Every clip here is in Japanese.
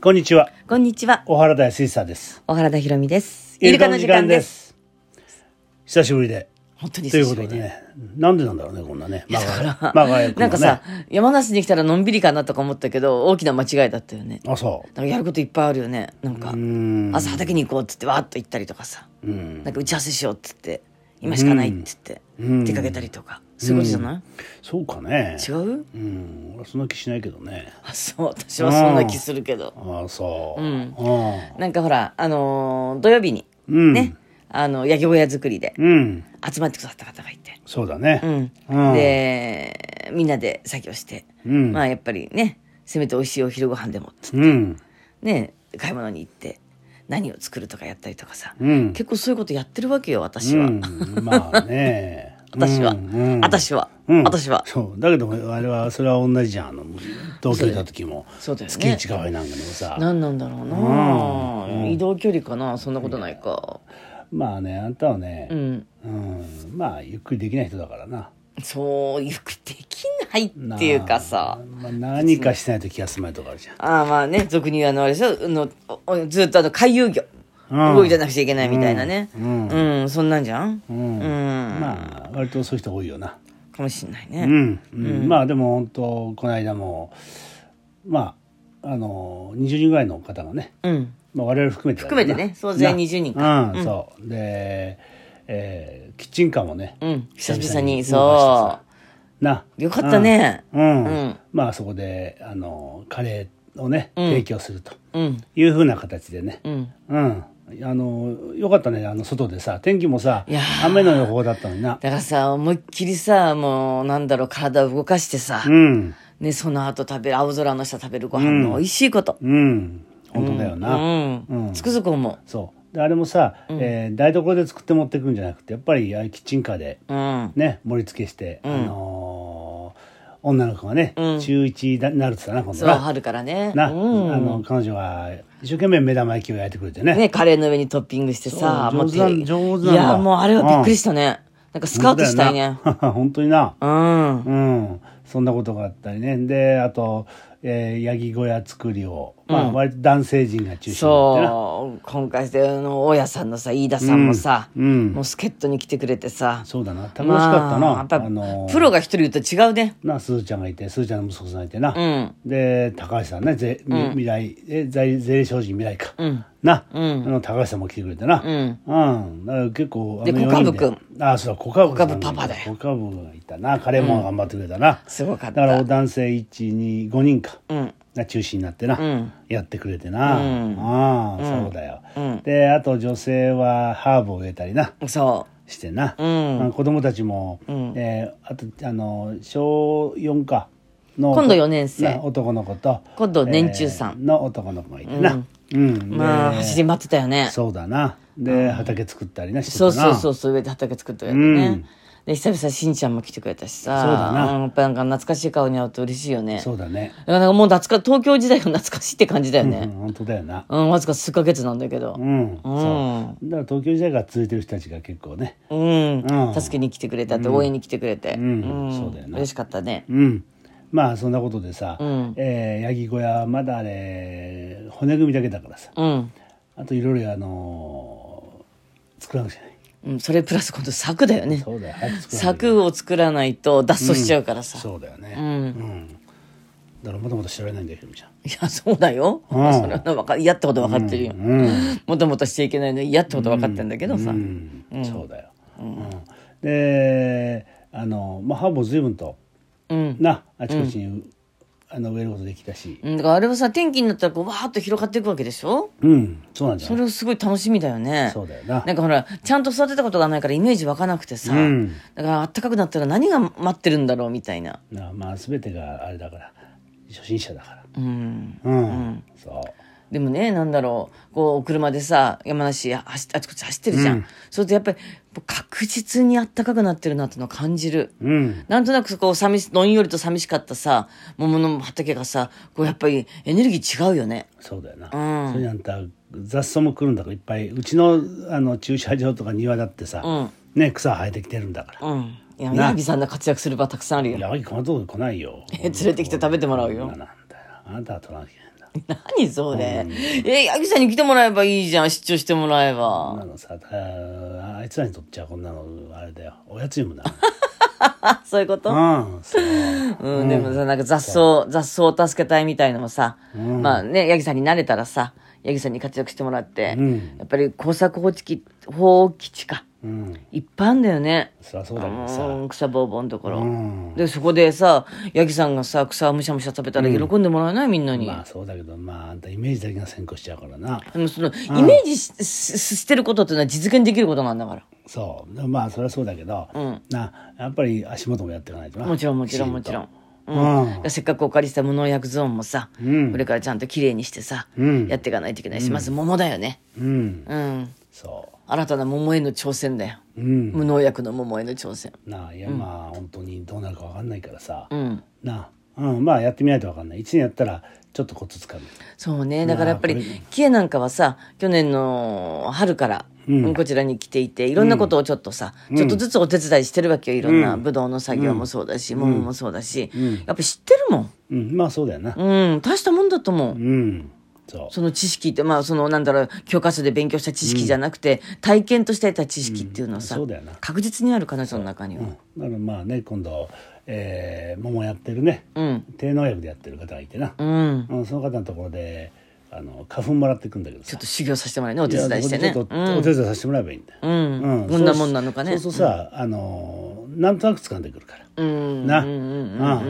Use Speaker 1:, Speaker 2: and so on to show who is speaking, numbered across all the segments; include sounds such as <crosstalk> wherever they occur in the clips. Speaker 1: こんにちは。
Speaker 2: こんにちは、
Speaker 1: 小原大水産です。
Speaker 2: 小原田裕美です。イルカの時間です。
Speaker 1: す。久しぶりで。
Speaker 2: 本当に
Speaker 1: とい
Speaker 2: 久
Speaker 1: う
Speaker 2: し
Speaker 1: こ
Speaker 2: ぶ
Speaker 1: と
Speaker 2: り
Speaker 1: で
Speaker 2: で。
Speaker 1: ね。なんでなんだろうね、こんなね。間
Speaker 2: だか
Speaker 1: が
Speaker 2: ら、
Speaker 1: 間が空いて
Speaker 2: なん
Speaker 1: る
Speaker 2: か
Speaker 1: のね
Speaker 2: さ、山梨に来たらのんびりかなとか思ったけど、大きな間違いだったよね。
Speaker 1: あ、そ
Speaker 2: なんかやることいっぱいあるよね。なんか
Speaker 1: う。う、ん。
Speaker 2: 朝畑に行こうっつってわーっと行ったりとかさ、
Speaker 1: うん。
Speaker 2: なんか打ち合わせしようっつって、今しかないっつって、
Speaker 1: うん
Speaker 2: 出かけたりとか、そういうことじゃない、
Speaker 1: そうかね。
Speaker 2: 違う
Speaker 1: うん。俺はそんな気しないけどね。
Speaker 2: あ、そう、私はそんな気するけど。
Speaker 1: あ、そう。うんん。
Speaker 2: なんかほら、あのー土曜日に、
Speaker 1: うん
Speaker 2: ね、あの、焼き小屋作りで
Speaker 1: うん。
Speaker 2: 集まってくださった方がいて、
Speaker 1: そうだね。
Speaker 2: うん、でみんなで作業して、
Speaker 1: うん
Speaker 2: まあやっぱりねせめて美味しいお昼ご飯でもっつ
Speaker 1: うん。
Speaker 2: ね買い物に行って何を作るとかやったりとかさ、
Speaker 1: うん。
Speaker 2: 結構そういうことやってるわけよ私
Speaker 1: う
Speaker 2: は、
Speaker 1: ん。まあね。
Speaker 2: <laughs> 私は、
Speaker 1: うんうん
Speaker 2: 私は、
Speaker 1: うん
Speaker 2: 私は
Speaker 1: そうだけどあれはそれは同じじゃんあの東京行った時も
Speaker 2: そうだよね
Speaker 1: 月一かわいなんかでもさ
Speaker 2: 何なんだろうな、移動距離かなそんなことないか
Speaker 1: まあねあんたはね
Speaker 2: う、ん
Speaker 1: うんまあゆっくりできない人だからな
Speaker 2: そう <laughs> よくできないっていうかさ
Speaker 1: まあ、何かしないと気が済まないとかあるじゃん
Speaker 2: ああまあね俗に言うあのあれでしょあのおずっとあの回遊魚
Speaker 1: うん
Speaker 2: 動いてなくちゃいけないみたいなね
Speaker 1: う
Speaker 2: うんん、そんなんじゃんうんん、
Speaker 1: まあ割とそういう人多いよな
Speaker 2: かもしんない
Speaker 1: うん
Speaker 2: ね、、
Speaker 1: うんまあでも本当この間もまああの20人ぐらいの方がね
Speaker 2: うん
Speaker 1: まあ、我々含めてだけどな、
Speaker 2: 含めてね総勢
Speaker 1: な
Speaker 2: 20人
Speaker 1: かうん、そうで、えーキッチンカーもね、
Speaker 2: うん久々
Speaker 1: 動か
Speaker 2: に
Speaker 1: し
Speaker 2: そ
Speaker 1: てさな
Speaker 2: うよかったね
Speaker 1: うん、
Speaker 2: うん
Speaker 1: まあそこであのカレーをね
Speaker 2: うん
Speaker 1: 提供すると
Speaker 2: うん
Speaker 1: いうふうな形でね
Speaker 2: うん
Speaker 1: うん、あのよかったねあの外でさ天気もさ
Speaker 2: いやー
Speaker 1: 雨の予報だったのにな
Speaker 2: だからさ思いっきりさもうなんだろう体を動かしてさ、
Speaker 1: うん
Speaker 2: ねその後食べる青空の下食べるご飯の美味しいこと、
Speaker 1: うん本当だよ
Speaker 2: うん
Speaker 1: な、うん
Speaker 2: つくづく思う
Speaker 1: そうであれもさ、えー台所で作って持ってくんじゃなくてやっぱりああいうキッチンカーで
Speaker 2: うん
Speaker 1: ね盛り付けして、あのー女の子がね、中1だになるって言ってたな今度
Speaker 2: そう
Speaker 1: な
Speaker 2: 春からね
Speaker 1: な、
Speaker 2: うん、
Speaker 1: あの彼女は一生懸命目玉焼きを焼いてくれてね
Speaker 2: ね、カレーの上にトッピングしてさ、
Speaker 1: そう
Speaker 2: もう
Speaker 1: 上手な
Speaker 2: 手
Speaker 1: 上手なん
Speaker 2: い
Speaker 1: だ
Speaker 2: や、もうあれはびっくりしたね。なんかスカウトしたいね。
Speaker 1: 本当だよな本当にな <laughs>
Speaker 2: うん。
Speaker 1: うんそんなことがあったりねであと、えー、ヤギ小屋作りを、まあ割と男性陣が中心になってな
Speaker 2: そう、今回、あの、大家さんのさ、飯田さんもさ、
Speaker 1: うんうん
Speaker 2: もう助っ人に来てくれてさ、
Speaker 1: そうだな楽しかったな、
Speaker 2: まあやっぱ
Speaker 1: あのー
Speaker 2: プロが一人いると違うね。
Speaker 1: なすずちゃんがいてすずちゃんの息子さんがいてな、
Speaker 2: うん。
Speaker 1: で高橋さんねぜ、み未来え在税理商人未来か、
Speaker 2: ん
Speaker 1: な、
Speaker 2: ん
Speaker 1: あの高橋さんも来てくれてな
Speaker 2: うん、
Speaker 1: うんだから結構
Speaker 2: で
Speaker 1: あの
Speaker 2: 小株
Speaker 1: 四人であそう小
Speaker 2: 小
Speaker 1: 株
Speaker 2: 株パパだよ
Speaker 1: 小株がいたな彼も頑張ってくれたな、
Speaker 2: すごかっ
Speaker 1: だから
Speaker 2: た。
Speaker 1: 男性125人か
Speaker 2: うん。
Speaker 1: が中心になってな、
Speaker 2: ん
Speaker 1: やってくれてな、
Speaker 2: うん
Speaker 1: ああそうだよ、であと女性はハーブを植えたりな
Speaker 2: そ
Speaker 1: してな、
Speaker 2: う。うん。
Speaker 1: あ子供たちも、えーあとあの小4かの
Speaker 2: 今度四年生
Speaker 1: な男の子と
Speaker 2: 今度年中さん
Speaker 1: えーの男の子がいてな、うんで
Speaker 2: まあ、走り回ってたよね。
Speaker 1: そうだなで畑作ったりなしてた
Speaker 2: そう
Speaker 1: な
Speaker 2: そうそうそう、上で畑作ってくれて
Speaker 1: う
Speaker 2: ね
Speaker 1: ん。
Speaker 2: で、久々、しんちゃんも来てくれたしさ、
Speaker 1: そうだな
Speaker 2: うんやっぱなんか懐かしい顔に会うと嬉しいよね。
Speaker 1: そうだね
Speaker 2: だからなんかもう懐か、東京時代が懐かしいって感じだよ
Speaker 1: うん
Speaker 2: ね。
Speaker 1: 本当だよな
Speaker 2: うん、わずか数ヶ月なんだけど
Speaker 1: う。ん、そうだから東京時代から続いてる人たちが結構ね
Speaker 2: うん
Speaker 1: うん。
Speaker 2: 助けに来てくれたって、応援に来てくれて。うん
Speaker 1: そうだよな
Speaker 2: 嬉しかったね。
Speaker 1: うんまあそんなことでさ、
Speaker 2: ん
Speaker 1: えーヤギ小屋まだあれ骨組みだけだからさ
Speaker 2: うん。
Speaker 1: あといろいろあのー作らなくちゃいけない
Speaker 2: うん、それプラス今度柵だよね。
Speaker 1: そうだよ早く作らなきゃ
Speaker 2: 柵を作らないと脱走しちゃうからさ。
Speaker 1: そうだよね
Speaker 2: う。ん。
Speaker 1: だからもともと知られないんだけど、みちゃん。
Speaker 2: いや、そうだよ。そ
Speaker 1: うん
Speaker 2: れはわか嫌ってこと分かってるよ。
Speaker 1: うん。
Speaker 2: もともとしていけないのに嫌ってこと分かってんだけどさ。
Speaker 1: うん。そうだよ。うん。で、あの、まあ、ハーブを随分と、
Speaker 2: うん。
Speaker 1: な、あちこちに、あの、植えることできたし。
Speaker 2: うんだからあれはさ、天気になったらこう、わーっと広がっていくわけでしょ
Speaker 1: うん。そうなんじゃ
Speaker 2: そ
Speaker 1: ない
Speaker 2: れをすごい楽しみだよね。
Speaker 1: そうだよな
Speaker 2: なんかほら、ちゃんと育てたことがないからイメージ湧かなくてさ。
Speaker 1: うん
Speaker 2: だからあったかくなったら何が待ってるんだろうみたいな。
Speaker 1: な。まあ、すべてがあれだから、初心者だから。
Speaker 2: うん。
Speaker 1: うん。そう。
Speaker 2: でもね、なんだろう。こう、車でさ、山梨走っあちこち走ってるじゃん。
Speaker 1: うん
Speaker 2: そうするとやっぱり、確実にあったかくなってるなっていうのを感じる。
Speaker 1: うん。
Speaker 2: なんとなくこう寂し、どんよりと寂しかったさ、桃の畑がさ、こうやっぱりエネルギー違うよね。
Speaker 1: そうだよな、
Speaker 2: うん
Speaker 1: それにあんた雑草も来るんだからいっぱいうちのあの駐車場とか庭だってさ、ね、草生えてきてるんだから、
Speaker 2: うん。いや、
Speaker 1: な
Speaker 2: ヤギさんの活躍する場たくさんあるよ。
Speaker 1: ヤギこんなとこに来ないよ
Speaker 2: <laughs> 連れてきて食べてもらう
Speaker 1: そ
Speaker 2: よ
Speaker 1: んななんだよあなたは取らなきゃいけないんだ
Speaker 2: 何それ。え、ヤギさんに来てもらえばいいじゃん。出張してもらえ
Speaker 1: こんな
Speaker 2: ば。
Speaker 1: のさああいつらにとっちゃこんなのあれだよおやつにもなる
Speaker 2: あ、 <laughs> そういうこと
Speaker 1: うんそう
Speaker 2: うん、でもさ、なんか雑草、雑草を助けたいみたいのもさ、まあね、ヤギさんに慣れたらさ、ヤギさんに活躍してもらって、
Speaker 1: うん
Speaker 2: やっぱり工作放置機、放棄地か。
Speaker 1: うん
Speaker 2: いっぱいあんだよね。
Speaker 1: そりゃそうだけどさ
Speaker 2: うん、草ぼうぼうのところ。
Speaker 1: うん
Speaker 2: で、そこでさ、ヤギさんがさ、草をむしゃむしゃ食べたら喜んでもらえない、みんなに。
Speaker 1: まあそうだけどまああんたイメージだけが先行しちゃうからな
Speaker 2: でもその、イメージししししてることっていうのは実現できることなんだから。
Speaker 1: そうでもまあそりゃそうだけど、
Speaker 2: ん
Speaker 1: なやっぱり足元もやっていかないとな
Speaker 2: もちろんもちろんもちろん。
Speaker 1: きちんとうん
Speaker 2: せっかくお借りした無農薬ゾーンもさ、
Speaker 1: うん
Speaker 2: これからちゃんと綺麗にしてさ、
Speaker 1: うん
Speaker 2: やっていかないといけないし、まず桃だよね。
Speaker 1: うん
Speaker 2: うん。
Speaker 1: そ
Speaker 2: 新たな桃への挑戦だよ。
Speaker 1: ううん
Speaker 2: 無農薬の桃への挑戦。
Speaker 1: なあいやまあ、本当にどうなるかわかんないからさ、
Speaker 2: うん。
Speaker 1: なあ、うん、まあやってみないとわかんない一年やったらちょっとコツつかむ
Speaker 2: そうね。だからやっぱ
Speaker 1: ま
Speaker 2: り
Speaker 1: あこれ、
Speaker 2: キエなんかはさ、去年の春から、
Speaker 1: うん
Speaker 2: こちらに来ていて、いろんなことをちょっとさ、ちょっとずつお手伝いしてるわけよ。いろんな、
Speaker 1: うん
Speaker 2: ブドウの作業もそうだし、桃もそうだし、
Speaker 1: ん
Speaker 2: やっぱ知ってるもん。
Speaker 1: うんまあそうだよな
Speaker 2: うん、大したもんだと
Speaker 1: う
Speaker 2: 思う
Speaker 1: ん、。そう
Speaker 2: その知識って、まあ、その、なんだろう、教科書で勉強した知識じゃなくて、体験として得た知識っていうのはさ、
Speaker 1: うんそうだよな
Speaker 2: 確実にある彼女の中には。
Speaker 1: だからまあね今度、えー、桃やってるね、
Speaker 2: うん。
Speaker 1: 低農薬でやってる方がいてな、
Speaker 2: うん。
Speaker 1: うんその方のところであの花粉もらってくんだけど
Speaker 2: ちょ
Speaker 1: さ
Speaker 2: っと修行させてもらうね、お手伝いして
Speaker 1: や
Speaker 2: ね。
Speaker 1: ちょっとお手伝いさせてもらえばいいんだよ、
Speaker 2: うん。うん。
Speaker 1: う
Speaker 2: どんなもんなのかね。
Speaker 1: そうそうさ、あのなんとなく掴んでくるから、
Speaker 2: うん。
Speaker 1: な、
Speaker 2: うんうん
Speaker 1: う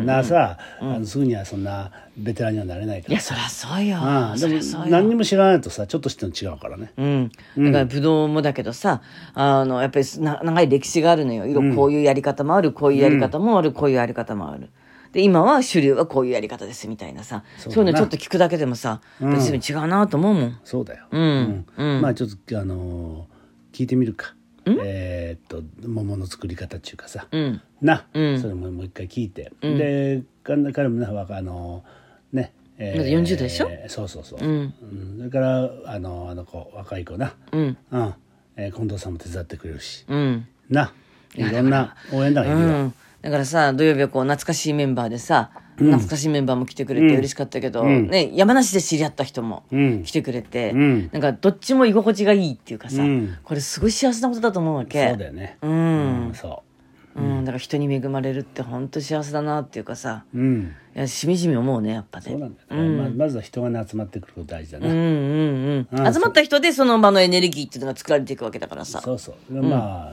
Speaker 1: んなあさ、あのすぐにはそんなベテランにはなれないか
Speaker 2: い
Speaker 1: ら
Speaker 2: や、そりゃそうよ。
Speaker 1: ああで
Speaker 2: そり
Speaker 1: も
Speaker 2: ゃそう
Speaker 1: 何に
Speaker 2: よ。
Speaker 1: も知らないとさちょっと知ってるの違うからね
Speaker 2: うん、だからブドウもだけどさあのやっぱりな長い歴史があるのよ色々こういうやり方もあるこういうやり方もある、こういうやり方もあるで今は主流はこういうやり方ですみたいなさそう
Speaker 1: うだな
Speaker 2: いうのちょっと聞くだけでもさ、やっぱり随分違うなと思うもん
Speaker 1: そうだよ、
Speaker 2: ん
Speaker 1: うんまあちょっとあのー聞いてみるかえーっと桃の作り方っていうかさ、
Speaker 2: うん
Speaker 1: な、
Speaker 2: うん
Speaker 1: それももう一回聞いて、で彼彼もな若あのーねえ
Speaker 2: まだ40代でしょ
Speaker 1: そうそうそう、
Speaker 2: ん
Speaker 1: うんそれからあのあの子若い子な、
Speaker 2: うん
Speaker 1: うんえー近藤さんも手伝ってくれるし
Speaker 2: うん
Speaker 1: ないろんな応援団がいるよ、
Speaker 2: うんだからさ土曜日はこう懐かしいメンバーでさ、懐かしいメンバーも来てくれて嬉しかったけど、
Speaker 1: ん
Speaker 2: ね、山梨で知り合った人も
Speaker 1: うん
Speaker 2: 来てくれて、
Speaker 1: ん
Speaker 2: なんかどっちも居心地がいいっていうかさ、
Speaker 1: うん
Speaker 2: これすごい幸せなことだと思うわけ
Speaker 1: そうだよね
Speaker 2: う、
Speaker 1: うんそ
Speaker 2: うん、だから人に恵まれるって本当幸せだなっていうかさ
Speaker 1: ううん
Speaker 2: いやしみじみ思うねやっぱね
Speaker 1: そうなんだよ、ねまあまずは人がね集まってくること大事だな、
Speaker 2: うんうんうん、
Speaker 1: うん
Speaker 2: 集まった人でその場のエネルギーっていうのが作られていくわけだからさ
Speaker 1: そうそう、まあ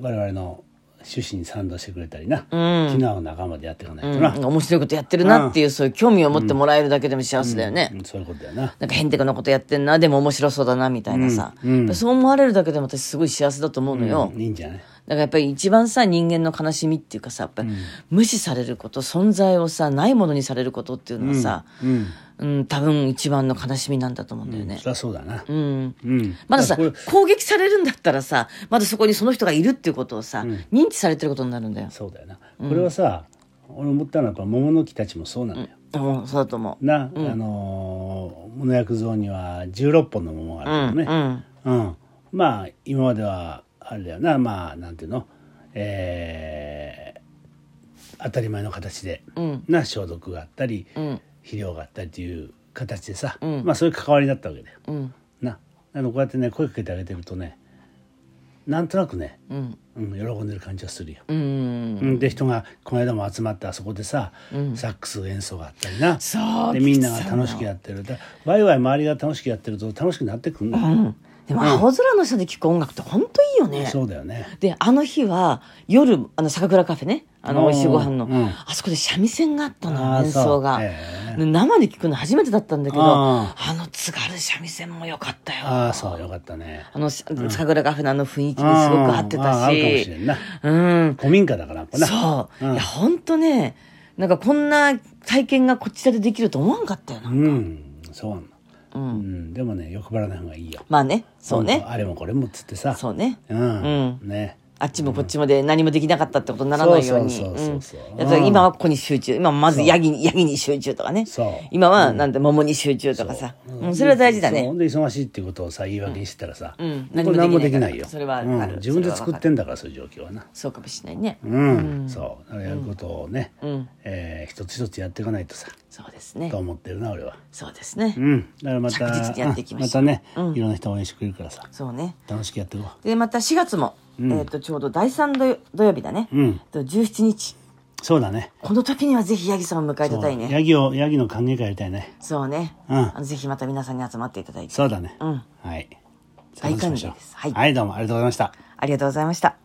Speaker 1: 我々の趣旨に賛同してくれたりな、
Speaker 2: ん
Speaker 1: 昨日の仲間でやっていかないと
Speaker 2: うん、
Speaker 1: な、
Speaker 2: なんか面白いことやってるなっていう、そういう興味を持ってもらえるだけでも幸せだよね、
Speaker 1: うんそういうことだよな
Speaker 2: なんかへんてこなことやってんなでも面白そうだなみたいなさ、
Speaker 1: うんうん
Speaker 2: やっぱそう思われるだけでも私すごい幸せだと思うのよ、
Speaker 1: いいんじゃない
Speaker 2: だからやっぱり一番さ人間の悲しみっていうかさやっぱり無視されること存在をさないものにされることっていうのはさ、
Speaker 1: うん、
Speaker 2: うん、多分一番の悲しみなんだと思うんだよね
Speaker 1: そ。りゃそうだな、
Speaker 2: うん
Speaker 1: うん
Speaker 2: まださ
Speaker 1: これ
Speaker 2: 攻撃されるんだったらさまだそこにその人がいるっていうことをさ、認知されてることになるんだよ。
Speaker 1: そうだよなこれはさ、俺思ったのはこの桃の木たちもそうなんだよ、
Speaker 2: うん、そうだと思う。
Speaker 1: な、あのー、無農薬ゾーンには16本の桃がある
Speaker 2: うん
Speaker 1: け
Speaker 2: う
Speaker 1: どね、
Speaker 2: ん
Speaker 1: うんまあ今まではあれだよなまあなんていうのえー当たり前の形で、
Speaker 2: うん
Speaker 1: な消毒があったり、
Speaker 2: うん
Speaker 1: 肥料があったりという形でさ、
Speaker 2: ん
Speaker 1: まあそういう関わりだったわけだよ。
Speaker 2: うん
Speaker 1: なあのこうやってね声かけてあげてるとねなんとなくね、
Speaker 2: うん
Speaker 1: うん、喜んでる感じがするよ。
Speaker 2: うん
Speaker 1: うん、で人がこの間も集まってあそこでさ、サックス演奏があったりな
Speaker 2: そう
Speaker 1: でみんなが楽しくやってるだワイワイ周りが楽しくやってると楽しくなってくるんだよ、
Speaker 2: でも青空の下で聴く音楽って本当いいよね。
Speaker 1: そうだよね
Speaker 2: であの日は夜あの酒蔵カフェねあの
Speaker 1: おー
Speaker 2: 美味しいご飯の、
Speaker 1: うん
Speaker 2: あそこで三味線があったの
Speaker 1: あー
Speaker 2: 演奏が、
Speaker 1: そうええ
Speaker 2: で生で聞くの初めてだったんだけどあ
Speaker 1: あ
Speaker 2: の津軽三味線も良かったよあ
Speaker 1: ああそうよかったね
Speaker 2: のし酒蔵カフェのあの雰囲気にすごく合って
Speaker 1: あああ
Speaker 2: た
Speaker 1: 合うかもし
Speaker 2: し
Speaker 1: れんな
Speaker 2: うん
Speaker 1: 古民家だからやっぱな
Speaker 2: そう、
Speaker 1: うん
Speaker 2: いやほんとねなんかこんな体験がこちらでできると思わんかったよな、
Speaker 1: うんそうなの、うんでもね欲張らない方がいいよ
Speaker 2: まあねそう
Speaker 1: 本
Speaker 2: ね
Speaker 1: 当あれもこれもっつってさ
Speaker 2: そうね
Speaker 1: うん、ね
Speaker 2: あっちもこっちもで何もできなかったってことにならないように。
Speaker 1: そうそうそうそう
Speaker 2: うんだから今はここに集中。今はまずヤギに、ヤギに集中とかね。
Speaker 1: そう
Speaker 2: 今はなんで桃に集中とかさ。うん、それは大事だ
Speaker 1: そ
Speaker 2: ね。
Speaker 1: うで忙しいっていうことをさ言い訳にしてたらさ、
Speaker 2: んうん
Speaker 1: これ何もできないよ
Speaker 2: 何もできないからそれはある
Speaker 1: うん自分で作ってんだからそういう状況はな
Speaker 2: そうかもしれないね。
Speaker 1: うん、そうだからやることをね、
Speaker 2: ん
Speaker 1: えー一つ一つやっていかないとさ
Speaker 2: そうですね
Speaker 1: と。思ってるな俺は
Speaker 2: そうですね
Speaker 1: う。んだからまた
Speaker 2: 着実にやっていきましょ
Speaker 1: う
Speaker 2: うん
Speaker 1: またね、
Speaker 2: うん
Speaker 1: いろんな人応援してくれるからさ
Speaker 2: そうね。
Speaker 1: 楽しくやっていこ
Speaker 2: で、また4月も、
Speaker 1: うん
Speaker 2: えっ、と、ちょうど第3土土曜日だね。
Speaker 1: ううん
Speaker 2: と17日。
Speaker 1: そうだね
Speaker 2: この時にはぜひヤギさんを迎え
Speaker 1: そ
Speaker 2: た
Speaker 1: う
Speaker 2: たいね。
Speaker 1: ヤギをヤギの歓迎会やりたいね
Speaker 2: そうね。
Speaker 1: うん
Speaker 2: あのぜひまた皆さんに集まっていただいて。
Speaker 1: そうだね、
Speaker 2: うん
Speaker 1: はい
Speaker 2: 大歓迎
Speaker 1: そうしま
Speaker 2: です
Speaker 1: しょう
Speaker 2: はい
Speaker 1: はい、どうもありがとうございました
Speaker 2: ありがとうございました。